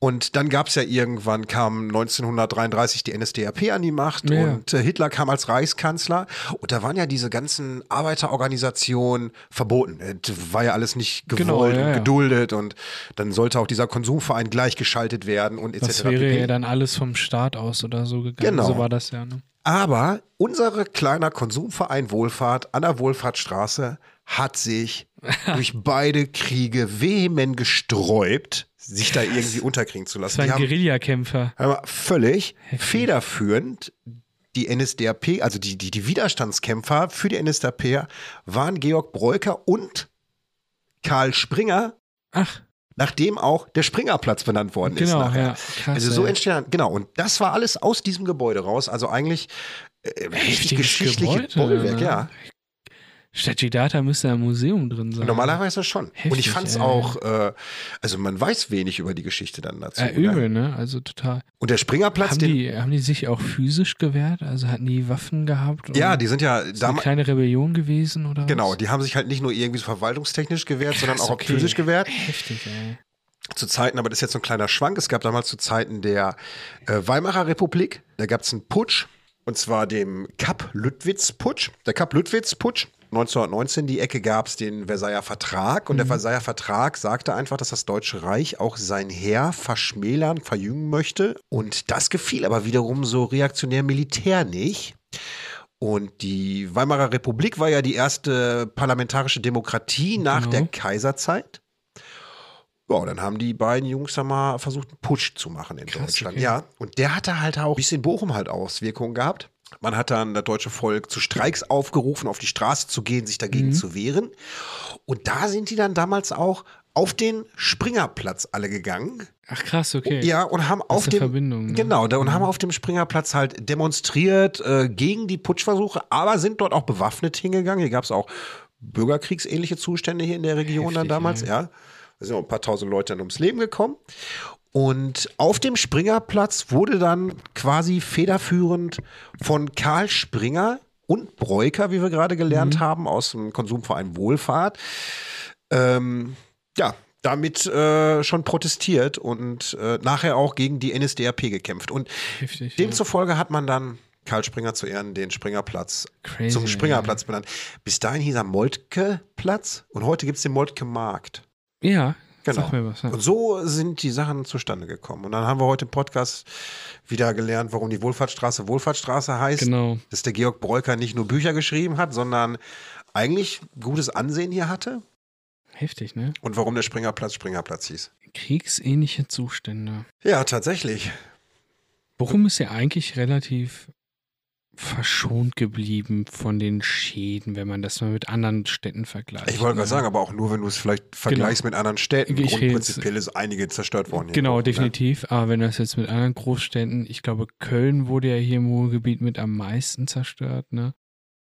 C: Und dann gab es ja irgendwann, kam 1933 die NSDAP an die Macht
B: Ja.
C: und äh, Hitler kam als Reichskanzler. Und da waren ja diese ganzen Arbeiterorganisationen verboten. Das war ja alles nicht gewollt
B: Genau, ja,
C: und
B: ja.
C: geduldet. Und dann sollte auch dieser Konsumverein gleichgeschaltet werden und etc.
B: Das wäre
C: pp.
B: ja dann alles vom Staat aus oder so gegangen.
C: Genau.
B: So war das ja. Ne?
C: Aber unser kleiner Konsumverein Wohlfahrt an der Wohlfahrtstraße hat sich durch beide Kriege vehement gesträubt, sich da irgendwie unterkriegen zu
B: Das
C: lassen.
B: war
C: Also Die
B: ein
C: haben
B: Guerillakämpfer.
C: hör mal, völlig federführend die NSDAP, also die, die, die Widerstandskämpfer für die NSDAP waren Georg Breuker und Karl Springer,
B: Ach,
C: nachdem auch der Springerplatz benannt worden ist.
B: genau,
C: nachher.
B: ja. Krass,
C: Also so
B: ey.
C: entstehen, genau, und das war alles aus diesem Gebäude raus, also eigentlich äh, richtig
B: Heftiges
C: geschichtliches
B: Gebäude,
C: Bollwerk,
B: ne?
C: ja.
B: Statuidata müsste im Museum drin sein.
C: Normalerweise schon. und ich
B: Heftig,
C: fand es
B: ey.
C: auch, äh, also man weiß wenig über die Geschichte dann dazu.
B: Äh,
C: ne?
B: übel, ne? Also total.
C: Und der Springerplatz,
B: Haben
C: den,
B: die, haben die sich auch physisch gewehrt? Also hatten die Waffen gehabt? Und
C: ja, die sind ja
B: ist eine
C: damals,
B: kleine Rebellion gewesen oder
C: genau,
B: was?
C: die haben sich halt nicht nur irgendwie so verwaltungstechnisch gewehrt, sondern
B: Krass,
C: auch
B: okay.
C: physisch gewehrt.
B: Heftig, ey.
C: zu Zeiten, aber das ist jetzt so ein kleiner Schwank. Es gab damals zu Zeiten der äh, Weimarer Republik, da gab es einen Putsch, und zwar dem Kapp-Lüttwitz-Putsch. Der Kapp-Lüttwitz-Putsch. 1919 die Ecke gab es den Versailler Vertrag und der Versailler Vertrag sagte einfach, dass das Deutsche Reich auch sein Heer verschmälern, verjüngen möchte. Und das gefiel aber wiederum so reaktionär militär nicht. Und die Weimarer Republik war ja die erste parlamentarische Demokratie nach
B: Genau.
C: der Kaiserzeit. Ja, und dann haben die beiden Jungs da mal versucht, einen Putsch zu machen in
B: Krass,
C: Deutschland.
B: okay.
C: Ja, und der hatte halt auch, wie es in Bochum halt Auswirkungen gehabt. Man hat dann das deutsche Volk zu Streiks aufgerufen, auf die Straße zu gehen, sich dagegen
B: Mhm.
C: zu wehren. Und da sind die dann damals auch auf den Springerplatz alle gegangen.
B: Ach krass, okay.
C: Ja, und haben auf
B: eine
C: dem
B: Verbindung, ne?
C: genau, da, und haben auf dem Springerplatz halt demonstriert äh, gegen die Putschversuche, aber sind dort auch bewaffnet hingegangen. Hier gab es auch bürgerkriegsähnliche Zustände hier in der Region dann
B: Heftig,
C: damals, ja. Da sind auch ein paar tausend Leute dann ums Leben gekommen. Und auf dem Springerplatz wurde dann quasi federführend von Karl Springer und Bräuker, wie wir gerade
B: Mhm.
C: gelernt haben, aus dem Konsumverein Wohlfahrt. Ähm, ja, damit äh, schon protestiert und äh, nachher auch gegen die NSDAP gekämpft. Und
B: Heftig. ja.
C: demzufolge hat man dann Karl Springer zu Ehren den Springerplatz
B: Crazy,
C: zum
B: ey.
C: Springerplatz benannt. Bis dahin hieß er Moltke-Platz und heute gibt es den Moltke-Markt.
B: Ja,
C: Genau.
B: sag mir was. Ja.
C: Und so sind die Sachen zustande gekommen. Und dann haben wir heute im Podcast wieder gelernt, warum die Wohlfahrtsstraße Wohlfahrtsstraße heißt.
B: Genau.
C: Dass der Georg Breuker nicht nur Bücher geschrieben hat, sondern eigentlich gutes Ansehen hier hatte.
B: Heftig, ne?
C: Und warum der Springerplatz Springerplatz hieß.
B: Kriegsähnliche Zustände.
C: Ja, tatsächlich.
B: Warum ist er eigentlich relativ verschont geblieben von den Schäden, wenn man das mal mit anderen Städten vergleicht?
C: Ich wollte
B: ne?
C: gerade sagen, aber auch nur, wenn du es vielleicht vergleichst mit anderen Städten.
B: Genau. Ich rede jetzt-
C: Grundprinzipiell ist einige zerstört worden. hier. Ne?
B: Genau,
C: Ja.
B: definitiv. Aber wenn das jetzt mit anderen Großstädten, ich glaube, Köln wurde ja hier im Ruhrgebiet mit am meisten zerstört, ne?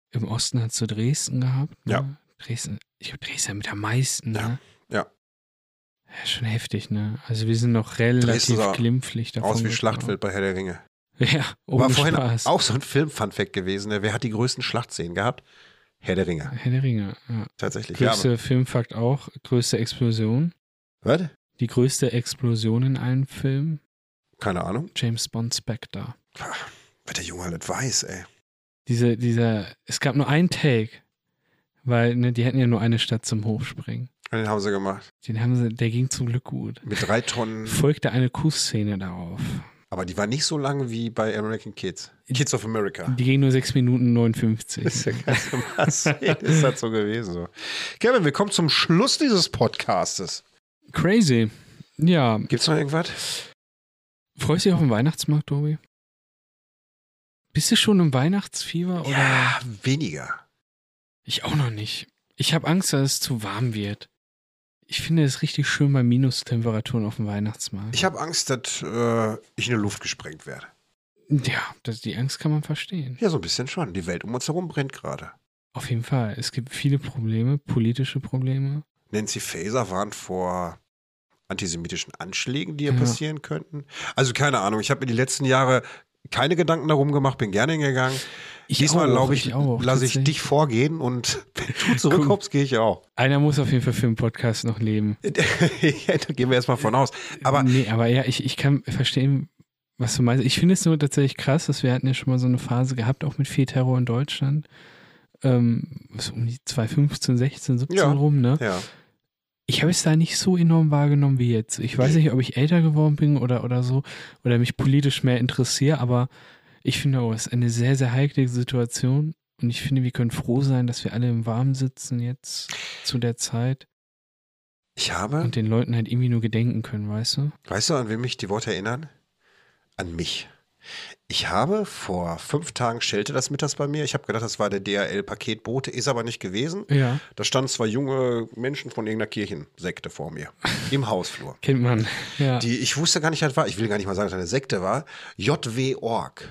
B: Im Osten hast du Dresden gehabt. Ne?
C: Ja.
B: Dresden, ich glaube, Dresden mit am meisten, ne?
C: Ja,
B: Ja, schon heftig, ne? Also wir sind noch relativ
C: Dresden sah
B: glimpflich davon.
C: Aus wie
B: gekommen.
C: Schlachtfeld bei Herr der Ringe.
B: Ja,
C: War
B: ohne
C: vorhin
B: Spaß.
C: auch so ein Film-Funfact gewesen. ne? Wer hat die größten Schlachtszenen gehabt? Herr der Ringe.
B: Herr der Ringe, ja.
C: Tatsächlich. Ja,
B: Größte Filmfakt auch, größte Explosion.
C: aber, was?
B: Die größte Explosion in einem Film,
C: Keine Ahnung.
B: James Bond Spectre.
C: Was der Junge alles weiß, ey.
B: Diese, dieser, es gab nur einen Take, weil ne, die hätten ja nur eine Stadt zum Hochspringen.
C: Und den haben sie gemacht.
B: Den haben sie, der ging zum Glück gut.
C: Mit drei Tonnen.
B: Folgte eine Kussszene darauf.
C: Aber die war nicht so lang wie bei American Kids. Kids of America.
B: Die ging nur 6 Minuten
C: Das
B: 59.
C: ist ja ganz normal. sehen, Ist das so gewesen. So. Kevin, wir kommen zum Schluss dieses Podcastes.
B: Crazy. Ja,
C: Gibt's noch irgendwas?
B: freust du dich auf den Weihnachtsmarkt, Tobi? Bist du schon im Weihnachtsfieber? Oder?
C: Ja, Ah, weniger.
B: Ich auch noch nicht. Ich habe Angst, dass es zu warm wird. Ich finde es richtig schön bei Minustemperaturen auf dem Weihnachtsmarkt.
C: Ich habe Angst, dass äh, ich in die Luft gesprengt werde.
B: ja, das, die Angst kann man verstehen.
C: Ja, so ein bisschen schon. Die Welt um uns herum brennt gerade.
B: Auf jeden Fall. Es gibt viele Probleme, politische Probleme.
C: Nancy Faeser warnt vor antisemitischen Anschlägen, die hier
B: Ja.
C: passieren könnten. Also keine Ahnung. Ich habe mir die letzten Jahre keine Gedanken darum gemacht, bin gerne hingegangen.
B: Ich
C: Diesmal,
B: auch,
C: glaube ich,
B: auch,
C: lasse ich
B: tatsächlich.
C: dich vorgehen und wenn du zurückkommst, gehe ich auch.
B: Einer muss auf jeden Fall für den Podcast noch leben.
C: ja, da gehen wir erstmal von aus. Äh, Aber
B: nee, aber ja, ich, ich kann verstehen, was du meinst. Ich finde es nur tatsächlich krass, dass wir hatten ja schon mal so eine Phase gehabt, auch mit viel Terror in Deutschland. Ähm, so um die 2015, 16, 17
C: Ja.
B: rum, ne?
C: ja,
B: ich habe es da nicht so enorm wahrgenommen wie jetzt. Ich weiß nicht, ob ich älter geworden bin oder, oder so oder mich politisch mehr interessiere, aber ich finde auch, es ist eine sehr, sehr heikle Situation und ich finde, wir können froh sein, dass wir alle im Warmen sitzen jetzt zu der Zeit
C: ich habe,
B: und den Leuten halt irgendwie nur gedenken können, weißt du?
C: weißt du, an wen mich die Worte erinnern? An mich. Ich habe vor fünf Tagen schellte das mittags bei mir. Ich habe gedacht, das war der DHL-Paketbote, ist aber nicht gewesen.
B: Ja.
C: Da standen zwei junge Menschen von irgendeiner Kirchensekte vor mir im Hausflur.
B: Kennt man. Ja.
C: Die, ich wusste gar nicht, was das war. Ich will gar nicht mal sagen, dass das eine Sekte war. JW Org.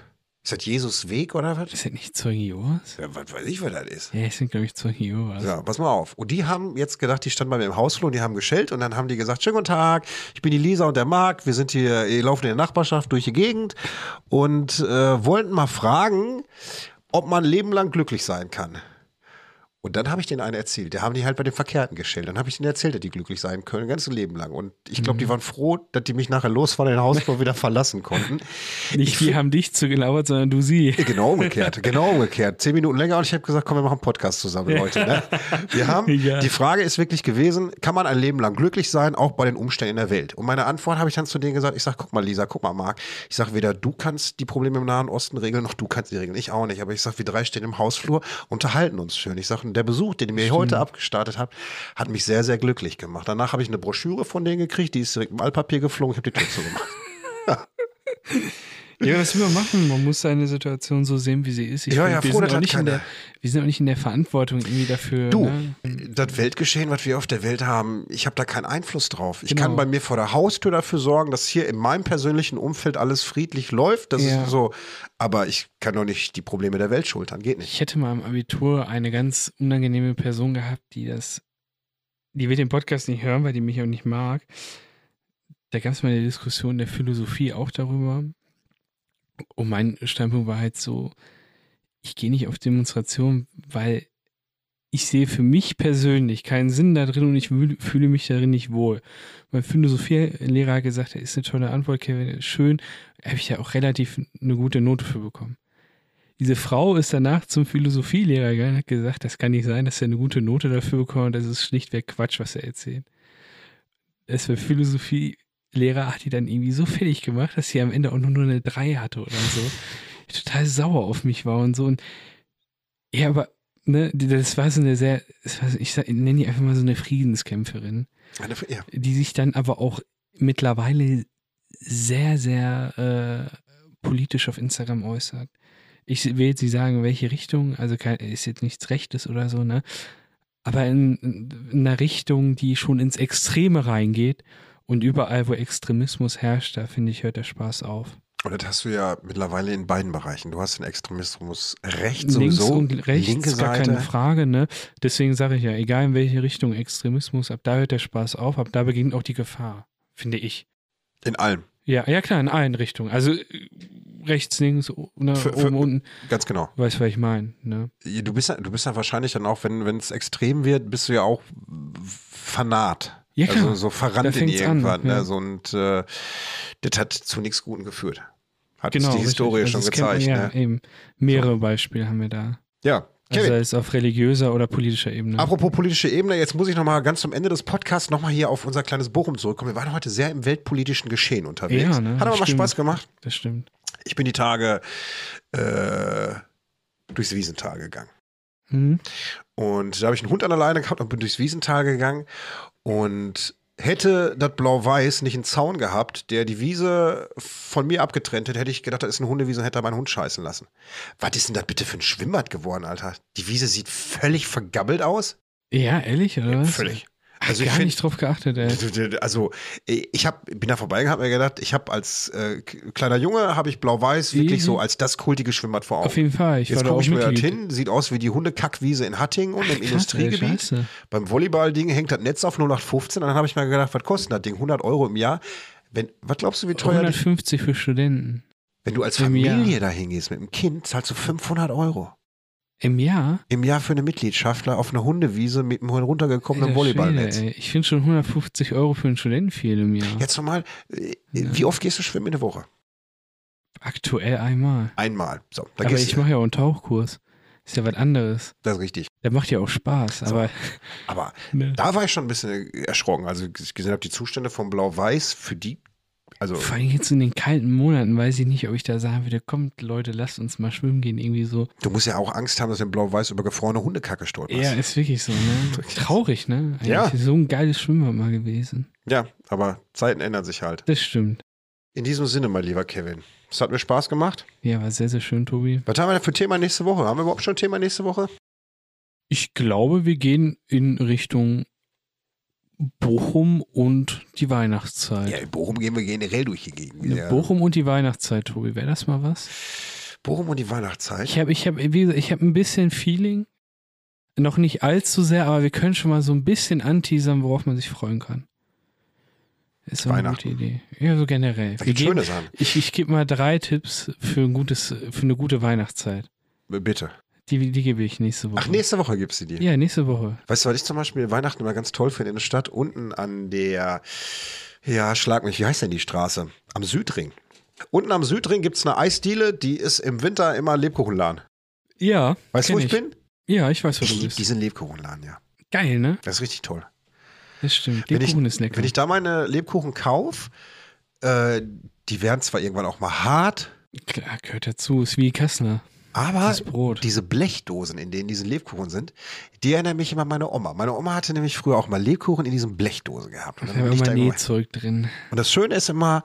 C: Ist das Jesus Weg oder was?
B: ist das nicht Zeugen Jehovas?
C: Ja, was weiß ich, was das ist.
B: Ja, es sind, glaube ich, Zeugen Jehovas.
C: Ja, pass mal auf. Und die haben jetzt gedacht, die standen bei mir im Hausflur und die haben geschellt und dann haben die gesagt, schönen guten Tag, ich bin die Lisa und der Marc, wir sind hier, wir laufen in der Nachbarschaft durch die Gegend und äh, wollten mal fragen, ob man ein Leben lang glücklich sein kann. Und dann habe ich den einen erzählt, der haben die halt bei den Verkehrten geschellt. Dann habe ich denen erzählt, dass die glücklich sein können, das ganze Leben lang. Und ich glaube, die waren froh, dass die mich nachher los von den Hausflur wieder verlassen konnten.
B: Nicht die haben dich zugelabert, sondern du sie.
C: Genau umgekehrt, genau umgekehrt. Zehn Minuten länger und ich habe gesagt, komm, wir machen einen Podcast zusammen, Leute. Ne? Wir haben,
B: Ja.
C: die Frage ist wirklich gewesen, kann man ein Leben lang glücklich sein, auch bei den Umständen der Welt? Und meine Antwort habe ich dann zu denen gesagt, ich sage, guck mal Lisa, guck mal Marc, ich sage, weder du kannst die Probleme im Nahen Osten regeln, noch du kannst die regeln, ich auch nicht. Aber ich sage, wir drei stehen im Hausflur, unterhalten uns schön. Ich sage, der Besuch, den ihr mir heute abgestartet habt, hat mich sehr, sehr glücklich gemacht. Danach habe ich eine Broschüre von denen gekriegt, die ist direkt im Altpapier geflogen, ich habe die Tür zugemacht.
B: Ja, was will man machen? Man muss seine Situation so sehen, wie sie ist. Ich
C: Ja,
B: find,
C: ja,
B: wir
C: froh,
B: sind
C: dass
B: auch
C: hat
B: nicht in
C: keiner.
B: der, Wir sind auch nicht in der Verantwortung irgendwie dafür.
C: Du,
B: Ne?
C: das Weltgeschehen, was wir auf der Welt haben, ich habe da keinen Einfluss drauf. Ich
B: Genau.
C: kann bei mir vor der Haustür dafür sorgen, dass hier in meinem persönlichen Umfeld alles friedlich läuft. Das
B: Ja.
C: ist so. Aber ich kann doch nicht die Probleme der Welt schultern. Geht nicht.
B: Ich hätte mal im Abitur eine ganz unangenehme Person gehabt, die das. Die wird den Podcast nicht hören, weil die mich auch nicht mag. Da gab es mal eine Diskussion der Philosophie auch darüber. Und mein Standpunkt war halt so: ich gehe nicht auf Demonstrationen, weil ich sehe für mich persönlich keinen Sinn da drin und ich wühl- fühle mich darin nicht wohl. Mein Philosophielehrer hat gesagt, das ist eine tolle Antwort, Kevin, schön. Da habe ich ja auch relativ eine gute Note für bekommen. Diese Frau ist danach zum Philosophielehrer gegangen und hat gesagt, das kann nicht sein, dass er eine gute Note dafür bekommt und das ist schlichtweg Quatsch, was er erzählt. Das für Philosophielehrer hat die dann irgendwie so fertig gemacht, dass sie am Ende auch nur nur eine 3 hatte oder so. Total sauer auf mich war und so. Und ja, aber ne, die- das war so eine sehr, das war so- ich sag- ich nenne die einfach mal so eine Friedenskämpferin,
C: Ja.
B: die sich dann aber auch mittlerweile sehr, sehr äh, politisch auf Instagram äußert. Ich will jetzt nicht sagen, in welche Richtung, also kein, ist jetzt nichts Rechtes oder so, ne? Aber in, in einer Richtung, die schon ins Extreme reingeht und überall, wo Extremismus herrscht, da finde ich, hört der Spaß auf.
C: Und das hast du ja mittlerweile in beiden Bereichen. Du hast den Extremismus rechts
B: links
C: sowieso,
B: und rechts,
C: linke
B: gar
C: Seite.
B: keine Frage, ne? Deswegen sage ich ja, egal in welche Richtung Extremismus, ab da hört der Spaß auf, ab da beginnt auch die Gefahr, finde ich.
C: in allem,
B: Ja, ja klar, in allen Richtungen. Also äh, rechts, links, o- ne,
C: Für- für-
B: oben, unten,
C: ganz genau.
B: weißt du, was ich meine, ne?
C: Du bist, ja- du bist ja wahrscheinlich dann auch, wenn wenn es extrem wird, bist du ja auch fanat.
B: Ja, klar.
C: Also so
B: Da
C: verrannt in
B: fängt's an,
C: irgendwann.
B: ja.
C: ne? So, und äh, das hat zu nichts Guten geführt. Hat
B: Genau.
C: uns die
B: richtig.
C: Historie
B: Also
C: schon
B: das kennt man
C: gezeigt.
B: Ja,
C: ne?
B: eben. Mehrere Beispiele haben wir da.
C: ja.
B: Also
C: Kevin,
B: sei es auf religiöser oder politischer Ebene.
C: Apropos politische Ebene, jetzt muss ich nochmal ganz zum Ende des Podcasts nochmal hier auf unser kleines Bochum zurückkommen. Wir waren heute sehr im weltpolitischen Geschehen unterwegs.
B: Ja, ne?
C: Hat aber mal
B: Stimmt.
C: Spaß gemacht.
B: Das stimmt.
C: Ich bin die Tage äh, durchs Wiesental gegangen.
B: Hm?
C: Und da habe ich einen Hund an der Leine gehabt und bin durchs Wiesental gegangen. Und hätte das Blau-Weiß nicht einen Zaun gehabt, der die Wiese von mir abgetrennt hätte, hätte ich gedacht, da ist eine Hundewiese und hätte da meinen Hund scheißen lassen. Was ist denn das bitte für ein Schwimmbad geworden, Alter? Die Wiese sieht völlig vergabbelt aus.
B: Ja, ehrlich, oder was?
C: Völlig.
B: Also
C: Also ich
B: gar
C: find-
B: nicht drauf geachtet, ey.
C: Also ich hab, bin da vorbeigegangen, habe mir gedacht, ich habe als äh, k- kleiner Junge habe ich Blau-Weiß wirklich
B: Mhm.
C: so als das kultige Schwimmbad vor Augen.
B: Auf jeden Fall. Ich war
C: Jetzt
B: da auch
C: gucke ich mir das
B: Mitglied.
C: hin, sieht aus wie die Hundekackwiese in Hattingen und im
B: Krass, ey,
C: Industriegebiet.
B: Scheiße.
C: Beim Volleyball-Ding hängt das Netz auf 0815. Dann habe ich mir gedacht, was kostet das Ding? 100 Euro im Jahr. Wenn, was glaubst du, wie teuer das
B: 150 für Studenten.
C: Wenn du als
B: im Jahr.
C: Familie da hingehst mit dem Kind, zahlst du 500 Euro
B: Im Jahr?
C: im Jahr für eine Mitgliedschaftler auf eine Hundewiese mit einem runtergekommenen
B: Alter
C: Volleyballnetz.
B: Schwede, ey. Ich finde schon 150 Euro für einen Studenten viel im Jahr.
C: Jetzt nochmal, äh,
B: Ja.
C: wie oft gehst du schwimmen in der Woche?
B: Aktuell einmal.
C: Einmal. So, da
B: Aber
C: gehst
B: ich
C: du.
B: mache ja auch einen Tauchkurs. Ist ja was anderes.
C: Das ist richtig.
B: Der macht ja auch Spaß, aber.
C: Aber
B: Ne.
C: da war ich schon ein bisschen erschrocken. Also ich gesehen habe, die Zustände von Blau-Weiß für die, also
B: Vor allem jetzt in den kalten Monaten weiß ich nicht, ob ich da sagen würde, kommt Leute, lasst uns mal schwimmen gehen. Irgendwie so.
C: du musst ja auch Angst haben, dass du in Blau-Weiß über gefrorene Hundekacke stolperst.
B: Ja, ist wirklich so, ne? Traurig, ne? Eigentlich
C: Ja.
B: ist so ein geiles Schwimmbad mal gewesen.
C: ja, aber Zeiten ändern sich halt.
B: Das stimmt.
C: In diesem Sinne, mein lieber Kevin, es hat mir Spaß gemacht.
B: Ja, war sehr, sehr schön, Tobi.
C: Was haben wir denn für ein Thema nächste Woche? Haben wir überhaupt schon ein Thema nächste Woche?
B: Ich glaube, wir gehen in Richtung Bochum und die Weihnachtszeit.
C: in Bochum gehen wir generell durch die Gegend.
B: Ja, Bochum und die Weihnachtszeit, Tobi. Wäre das mal was?
C: Bochum und die Weihnachtszeit.
B: Ich habe ich hab, wie gesagt, ich hab ein bisschen Feeling. Noch nicht allzu sehr, aber wir können schon mal so ein bisschen anteasern, worauf man sich freuen kann. Ist so eine gute
C: Weihnachten.
B: Idee. Ja, so generell.
C: Da
B: Wir
C: gibt
B: geben-
C: schöne Sachen.
B: ich ich gebe mal drei Tipps für, ein gutes, für eine gute Weihnachtszeit.
C: Bitte.
B: Die, die gebe ich nächste Woche.
C: Ach, nächste Woche gibt es die.
B: Ja, nächste Woche.
C: Weißt du, was ich zum Beispiel Weihnachten immer ganz toll finde in der Stadt? Unten an der, ja, schlag mich, wie heißt denn die Straße? Am Südring. Unten am Südring gibt es eine Eisdiele, die ist im Winter immer Lebkuchenladen.
B: Ja.
C: Weißt du,
B: kenn
C: wo ich, bin?
B: Ja, ich weiß, wo
C: Ich
B: du
C: liebe
B: bist.
C: diesen Lebkuchenladen, ja.
B: Geil, ne?
C: Das ist richtig toll.
B: Das stimmt.
C: Wenn ich-
B: Lebkuchen ist lecker.
C: Wenn ich da meine Lebkuchen kaufe, äh, die werden zwar irgendwann auch mal hart,
B: Klar, ah, gehört dazu. Ist wie Kassner.
C: aber
B: Das Brot.
C: diese Blechdosen, in denen diese Lebkuchen sind, die erinnern mich immer an meine Oma. Meine Oma hatte nämlich früher auch mal Lebkuchen in diesen Blechdosen gehabt. Und
B: Da
C: dann
B: haben
C: bin ich
B: immer
C: da immer-
B: Nähzeug drin.
C: Und das Schöne ist immer,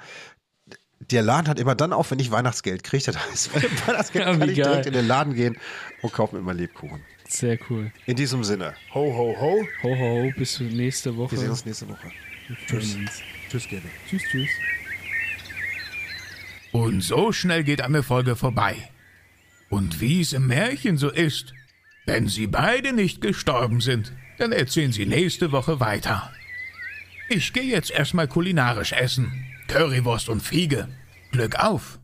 C: der Laden hat immer dann auf, wenn ich Weihnachtsgeld kriege. Das heißt, wenn ich Weihnachtsgeld
B: Ja, wie
C: kann ich
B: geil.
C: direkt in den Laden gehen und kaufe mir immer Lebkuchen.
B: Sehr cool.
C: In diesem Sinne, ho, ho, ho.
B: Ho, ho, bis nächste Woche.
C: Wir sehen uns nächste Woche.
B: Tschüss.
C: Tschüss, Kevin.
B: Tschüss, tschüss.
A: Und so schnell geht eine Folge vorbei. Und wie es im Märchen so ist, wenn sie beide nicht gestorben sind, dann erzählen sie nächste Woche weiter. Ich gehe jetzt erstmal kulinarisch essen. Currywurst und Fiege. Glück auf!